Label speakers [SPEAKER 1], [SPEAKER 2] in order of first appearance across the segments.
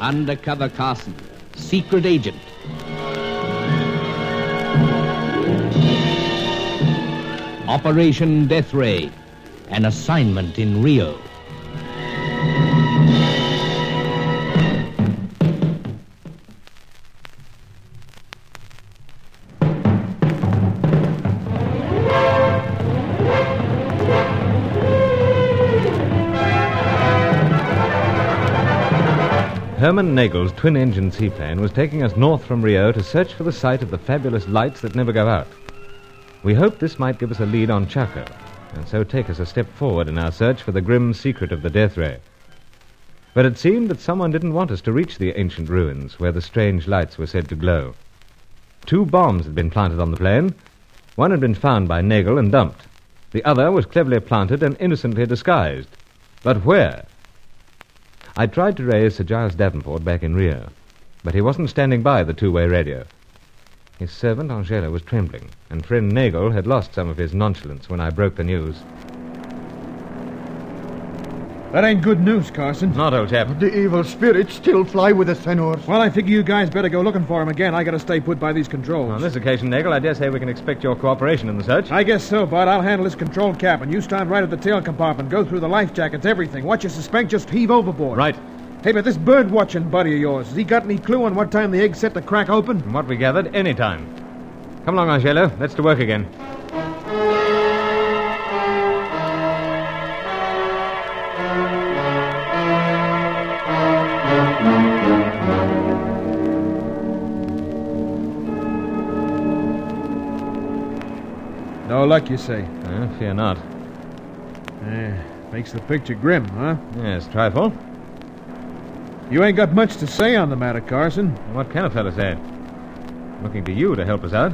[SPEAKER 1] Undercover Carson, secret agent. Operation Death Ray, an assignment in Rio.
[SPEAKER 2] Herman Nagel's twin engine seaplane was taking us north from Rio to search for the site of the fabulous lights that never go out. We hoped this might give us a lead on Chaco, and so take us a step forward in our search for the grim secret of the death ray. But it seemed that someone didn't want us to reach the ancient ruins where the strange lights were said to glow. Two bombs had been planted on the plane. One had been found by Nagel and dumped. The other was cleverly planted and innocently disguised. But where? I tried to raise Sir Giles Davenport back in Rio, but he wasn't standing by the two-way radio. His servant Angela was trembling, and friend Nagel had lost some of his nonchalance when I broke the news.
[SPEAKER 3] That ain't good news, Carson.
[SPEAKER 2] Not, old chap.
[SPEAKER 4] The evil spirits still fly with us, senor.
[SPEAKER 3] Well, I figure you guys better go looking for him again. I gotta stay put by these controls.
[SPEAKER 2] On this occasion, Nagel, I dare say we can expect your cooperation in the search.
[SPEAKER 3] I guess so, Bud. I'll handle this control cabin. You stand right at the tail compartment. Go through the life jackets, everything. Watch your suspect, just heave overboard.
[SPEAKER 2] Right.
[SPEAKER 3] Hey, but this bird watching buddy of yours, has he got any clue on what time the egg's set to crack open?
[SPEAKER 2] From what we gathered, any time. Come along, Angelo. Let's to work again.
[SPEAKER 3] No luck, you say.
[SPEAKER 2] Uh, fear not.
[SPEAKER 3] Eh, makes the picture grim, huh?
[SPEAKER 2] Yes, trifle.
[SPEAKER 3] You ain't got much to say on the matter, Carson.
[SPEAKER 2] What can a fellow say? Looking to you to help us out.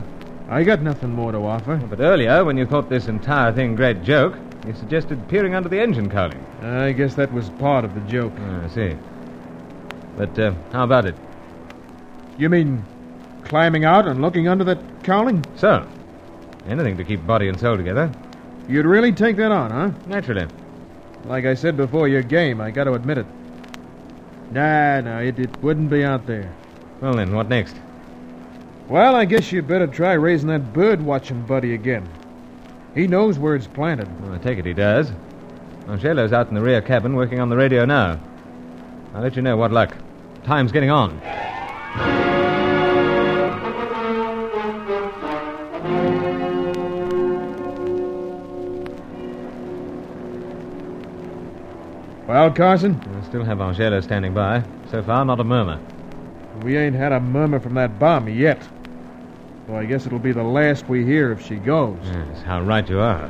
[SPEAKER 3] I got nothing more to offer.
[SPEAKER 2] But earlier, when you thought this entire thing great joke, you suggested peering under the engine cowling.
[SPEAKER 3] I guess that was part of the joke.
[SPEAKER 2] Ah, I see. But uh, how about it?
[SPEAKER 3] You mean climbing out and looking under that cowling?
[SPEAKER 2] So, anything to keep body and soul together.
[SPEAKER 3] You'd really take that on, huh?
[SPEAKER 2] Naturally.
[SPEAKER 3] Like I said before, you're game. I got to admit it. Nah, no, it, it wouldn't be out there.
[SPEAKER 2] Well, then, what next?
[SPEAKER 3] Well, I guess you'd better try raising that bird watching buddy again. He knows where it's planted.
[SPEAKER 2] Well, I take it he does. Angelo's out in the rear cabin working on the radio now. I'll let you know what luck. Time's getting on.
[SPEAKER 3] Well, Carson,
[SPEAKER 2] I still have Angelo standing by. So far, not a murmur.
[SPEAKER 3] we ain't had a murmur from that bomb yet. Well, I guess it'll be the last we hear if she goes.
[SPEAKER 2] Yes, how right you are.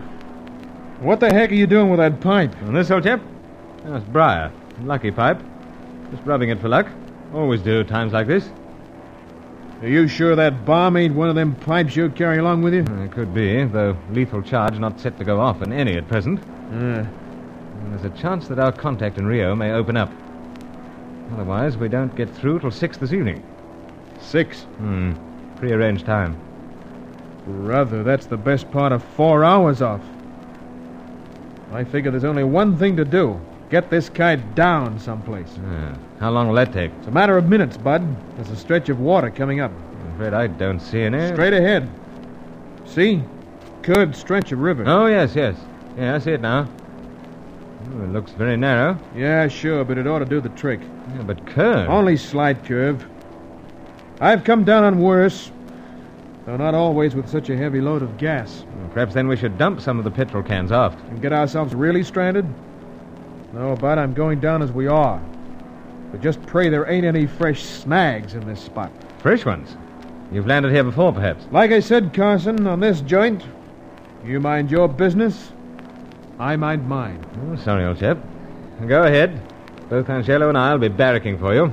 [SPEAKER 3] What the heck are you doing with that pipe?
[SPEAKER 2] And this old chap? That's Briar. Lucky pipe. Just rubbing it for luck. Always do times like this.
[SPEAKER 3] Are you sure that bomb ain't one of them pipes you carry along with you?
[SPEAKER 2] Uh, It could be, though lethal charge not set to go off in any at present.
[SPEAKER 3] Uh,
[SPEAKER 2] And there's a chance that our contact in Rio may open up. Otherwise, we don't get through till six this evening.
[SPEAKER 3] six.
[SPEAKER 2] Hmm. Prearranged time.
[SPEAKER 3] Brother, that's the best part of four hours off. I figure there's only one thing to do get this kite down someplace.
[SPEAKER 2] Ah, how long will that take?
[SPEAKER 3] It's a matter of minutes, Bud. There's a stretch of water coming up.
[SPEAKER 2] I'm afraid I don't see any.
[SPEAKER 3] Straight ahead. See? Curved stretch of river.
[SPEAKER 2] Oh, yes, yes. Yeah, I see it now. Oh, it looks very narrow.
[SPEAKER 3] Yeah, sure, but it ought to do the trick.
[SPEAKER 2] Yeah, but curved.
[SPEAKER 3] Only slight curve. I've come down on worse, though not always with such a heavy load of gas.
[SPEAKER 2] Perhaps then we should dump some of the petrol cans aft.
[SPEAKER 3] And get ourselves really stranded? No, Bud, I'm going down as we are. But just pray there ain't any fresh snags in this spot.
[SPEAKER 2] Fresh ones. You've landed here before, perhaps.
[SPEAKER 3] Like I said, Carson, on this joint, you mind your business, I mind mine.
[SPEAKER 2] Oh, sorry, old chap. Go ahead. Both Angelo and I will be barracking for you.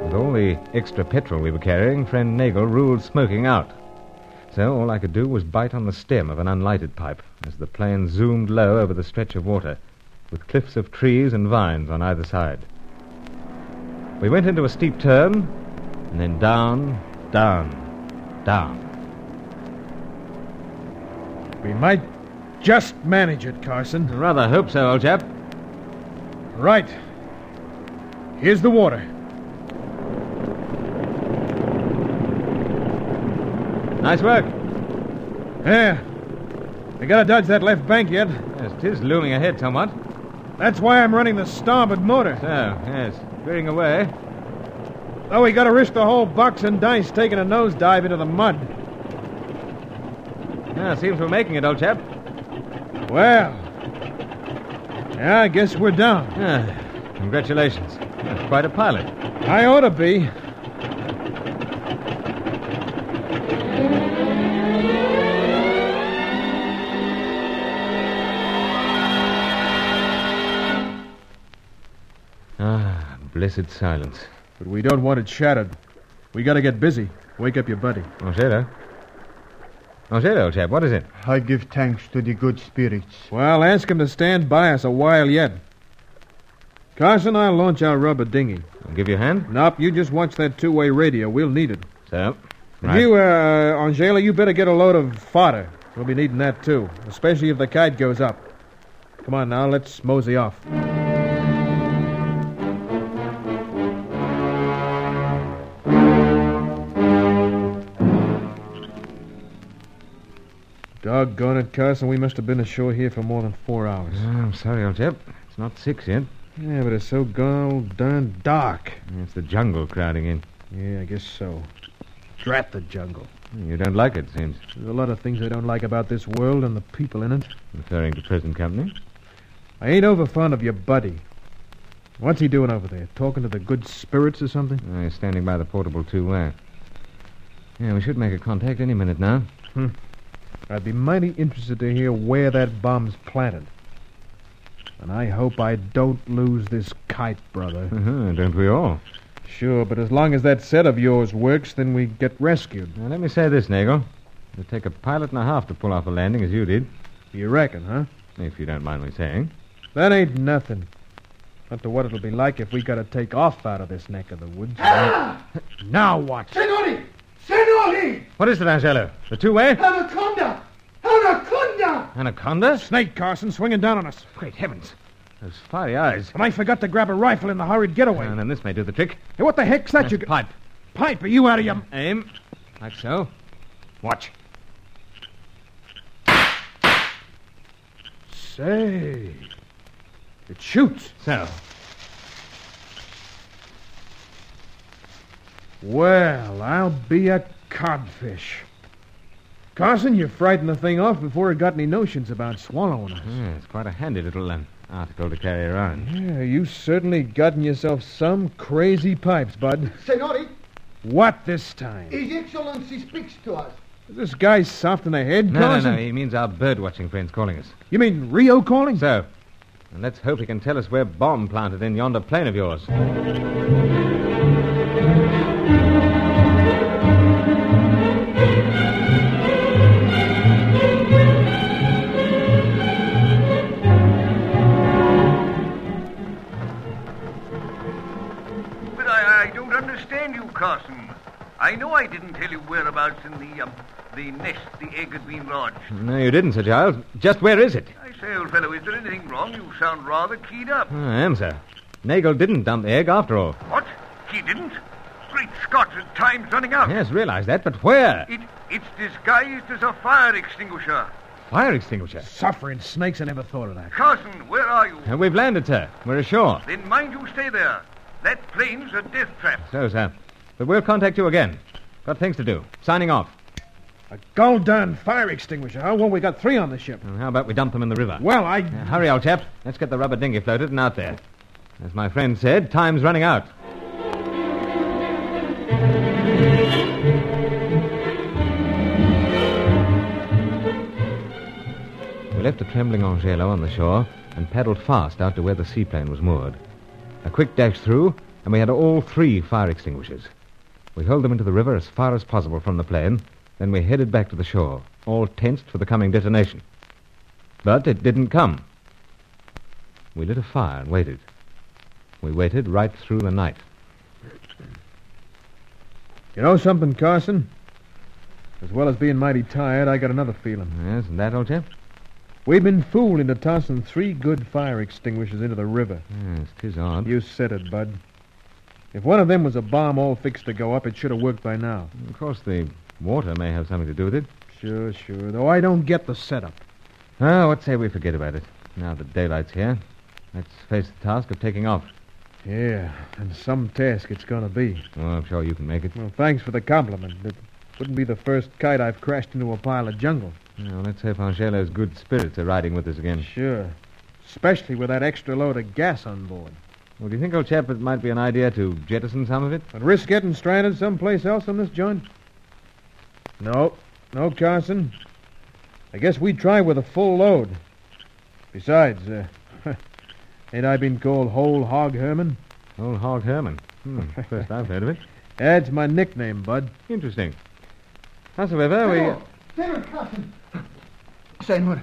[SPEAKER 2] With all the extra petrol we were carrying, friend Nagel ruled smoking out. So all I could do was bite on the stem of an unlighted pipe as the plane zoomed low over the stretch of water, with cliffs of trees and vines on either side. We went into a steep turn, and then down, down, down.
[SPEAKER 3] We might just manage it, Carson.
[SPEAKER 2] Rather hope so, old chap.
[SPEAKER 3] Right. Here's the water.
[SPEAKER 2] Nice work.
[SPEAKER 3] There. We gotta dodge that left bank yet.
[SPEAKER 2] Yes, it is looming ahead somewhat.
[SPEAKER 3] That's why I'm running the starboard motor.
[SPEAKER 2] So, yes, veering away.
[SPEAKER 3] Though we gotta risk the whole box and dice taking a nosedive into the mud.
[SPEAKER 2] Yeah, Ah, seems we're making it, old chap.
[SPEAKER 3] Well. Yeah, I guess we're down.
[SPEAKER 2] Ah, congratulations. That's quite a pilot.
[SPEAKER 3] I ought to be.
[SPEAKER 2] Ah, blessed silence.
[SPEAKER 3] But we don't want it shattered. We gotta get busy. Wake up your buddy.
[SPEAKER 2] Angelo. Angelo, old chap, what is it?
[SPEAKER 4] I give thanks to the good spirits.
[SPEAKER 3] Well, ask him to stand by us a while yet. Carson, I'll launch our rubber dinghy.
[SPEAKER 2] I'll give you a hand.
[SPEAKER 3] Nope, you just watch that two-way radio. We'll need it.
[SPEAKER 2] So,
[SPEAKER 3] And
[SPEAKER 2] Right.
[SPEAKER 3] You, uh, Angela, you better get a load of fodder. We'll be needing that too, especially if the kite goes up. Come on now, let's mosey off. Doggone it, Carson, we must have been ashore here for more than four hours.
[SPEAKER 2] Ah, I'm sorry, old chap. It's not six yet.
[SPEAKER 3] Yeah, but it's so gone darn dark.
[SPEAKER 2] It's the jungle crowding in.
[SPEAKER 3] Yeah, I guess so. Drat the jungle.
[SPEAKER 2] You don't like it, seems.
[SPEAKER 3] There's a lot of things I don't like about this world and the people in it.
[SPEAKER 2] Referring to present company.
[SPEAKER 3] I ain't over fond of your buddy. What's he doing over there? Talking to the good spirits or something?
[SPEAKER 2] Ah, he's standing by the portable two-way. Yeah, we should make a contact any minute now.
[SPEAKER 3] I'd be mighty interested to hear where that bomb's planted. And I hope I don't lose this kite, brother.
[SPEAKER 2] Uh-huh, don't we all?
[SPEAKER 3] Sure, but as long as that set of yours works, then we get rescued.
[SPEAKER 2] Now, let me say this, Nagel. It'll take a pilot and a half to pull off a landing as you did,
[SPEAKER 3] You reckon, huh?
[SPEAKER 2] if you don't mind me saying.
[SPEAKER 3] That ain't nothing. Not to what it'll be like if we gotta take off out of this neck of the woods. now what?
[SPEAKER 4] Senori! Senori! Uh,
[SPEAKER 2] What is it, Angelo? The two-way?
[SPEAKER 4] Anaconda! Anaconda!
[SPEAKER 2] Anaconda?
[SPEAKER 3] Snake, Carson, swinging down on us.
[SPEAKER 2] Great heavens. Those fiery eyes.
[SPEAKER 3] And I forgot to grab a rifle in the hurried getaway.
[SPEAKER 2] And then this may do the trick.
[SPEAKER 3] Hey, what the heck's that you...
[SPEAKER 2] Uh, Pipe.
[SPEAKER 3] Pipe, are you out of your...
[SPEAKER 2] Aim. Like so. Watch.
[SPEAKER 3] Say. It shoots.
[SPEAKER 2] So.
[SPEAKER 3] Well, I'll be a codfish. Carson, you frightened the thing off before it got any notions about swallowing us.
[SPEAKER 2] Yeah, it's quite a handy little um, article to carry around.
[SPEAKER 3] Yeah, you certainly gotten yourself some crazy pipes, bud.
[SPEAKER 4] Senori,
[SPEAKER 3] What this
[SPEAKER 2] E
[SPEAKER 3] time?
[SPEAKER 4] His Excellency speaks to us.
[SPEAKER 3] Is this guy soft in the head,
[SPEAKER 2] No, no,
[SPEAKER 3] Carson?
[SPEAKER 2] no. He means our bird-watching friend's calling us.
[SPEAKER 3] You mean Rio calling?
[SPEAKER 2] So. And let's hope he can tell us where bomb planted in yonder plane of yours.
[SPEAKER 5] But I, I don't understand you, Carson. I know I didn't tell you whereabouts in the um, the nest the egg had been lodged.
[SPEAKER 2] No, you didn't, Sir Giles. Just where is it?
[SPEAKER 5] I say, old fellow, is there anything wrong? You sound rather keyed up.
[SPEAKER 2] Ah, I am, sir. Nagel didn't dump the egg after all.
[SPEAKER 5] What? He didn't? Great Scott, the time's running out.
[SPEAKER 2] Yes, realize that, but where?
[SPEAKER 5] It it's disguised as a fire extinguisher.
[SPEAKER 2] Fire extinguisher.
[SPEAKER 3] Suffering snakes, I never thought of that.
[SPEAKER 5] Carson, where are you?
[SPEAKER 2] Uh, We've landed, sir. We're ashore.
[SPEAKER 5] Then mind you stay there. That plane's a death trap.
[SPEAKER 2] So, sir. But we'll contact you again. Got things to do. Signing off.
[SPEAKER 3] A goddamn fire extinguisher, huh? Well, we got three on the ship.
[SPEAKER 2] And how about we dump them in the river?
[SPEAKER 3] Well, I...
[SPEAKER 2] Uh, hurry, old chap. Let's get the rubber dinghy floated and out there. As my friend said, time's running out. We left the trembling Angelo on the shore and paddled fast out to where the seaplane was moored. A quick dash through, and we had all three fire extinguishers. We hauled them into the river as far as possible from the plane, then we headed back to the shore, all tensed for the coming detonation. But it didn't come. We lit a fire and waited. We waited right through the night.
[SPEAKER 3] You know something, Carson? As well as being mighty tired, I got another feeling.
[SPEAKER 2] Yes, and that, old chap?
[SPEAKER 3] We've been fooled into tossing three good fire extinguishers into the river.
[SPEAKER 2] Yes, 'tis odd.
[SPEAKER 3] You said it, Bud. If one of them was a bomb all fixed to go up, it should have worked by now.
[SPEAKER 2] Of course, the water may have something to do with it.
[SPEAKER 3] Sure, sure. Though I don't get the setup.
[SPEAKER 2] Oh, what say we forget about it? Now that daylight's here, let's face the task of taking off.
[SPEAKER 3] Yeah, and some task it's gonna be.
[SPEAKER 2] Oh, I'm sure you can make it.
[SPEAKER 3] Well, thanks for the compliment. It wouldn't be the first kite I've crashed into a pile of jungle.
[SPEAKER 2] Now, let's hope Angelo's good spirits are riding with us again.
[SPEAKER 3] Sure. Especially with that extra load of gas on board.
[SPEAKER 2] Well, do you think, old chap, it might be an idea to jettison some of it?
[SPEAKER 3] And risk getting stranded someplace else on this joint? No. No, Carson. I guess we try with a full load. Besides, uh, ain't I been called Whole Hog Herman?
[SPEAKER 2] Old Hog Herman. Hmm, first I've heard of it.
[SPEAKER 3] That's my nickname, Bud.
[SPEAKER 2] Interesting. Howsoever, we...
[SPEAKER 4] Senor, Senor Carson. Senor,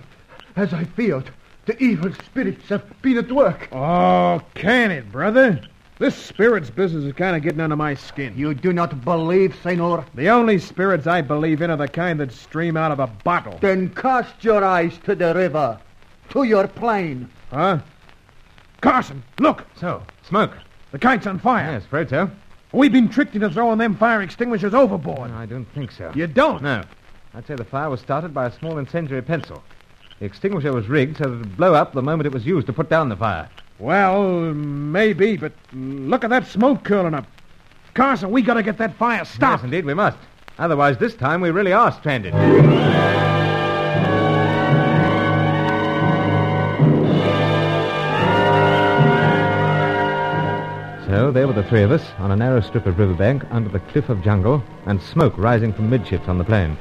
[SPEAKER 4] as I feared, the evil spirits have been at work.
[SPEAKER 3] Oh, can it, brother? This spirits business is kind of getting under my skin.
[SPEAKER 4] You do not believe, Senor?
[SPEAKER 3] The only spirits I believe in are the kind that stream out of a bottle.
[SPEAKER 4] Then cast your eyes to the river, to your plane.
[SPEAKER 3] Huh? Carson, look!
[SPEAKER 2] So, smoke.
[SPEAKER 3] The kite's on fire.
[SPEAKER 2] Yes, afraid so.
[SPEAKER 3] We've been tricked into throwing them fire extinguishers overboard.
[SPEAKER 2] I don't think so.
[SPEAKER 3] You don't?
[SPEAKER 2] No. I'd say the fire was started by a small incendiary pencil. The extinguisher was rigged so that it would blow up the moment it was used to put down the fire.
[SPEAKER 3] Well, maybe, but look at that smoke curling up. Carson, we gotta get that fire
[SPEAKER 2] Yes,
[SPEAKER 3] stopped.
[SPEAKER 2] indeed, we must. Otherwise, this time we really are stranded. So there were the three of us on a narrow strip of riverbank under the cliff of jungle and smoke rising from midships on the plain.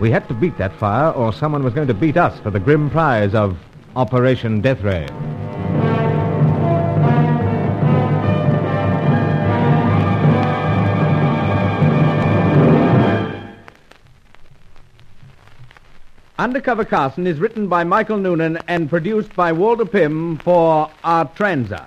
[SPEAKER 2] We had to beat that fire or someone was going to beat us for the grim prize of Operation Death Ray.
[SPEAKER 1] Undercover Carson is written by Michael Noonan and produced by Walter Pym for Artranza.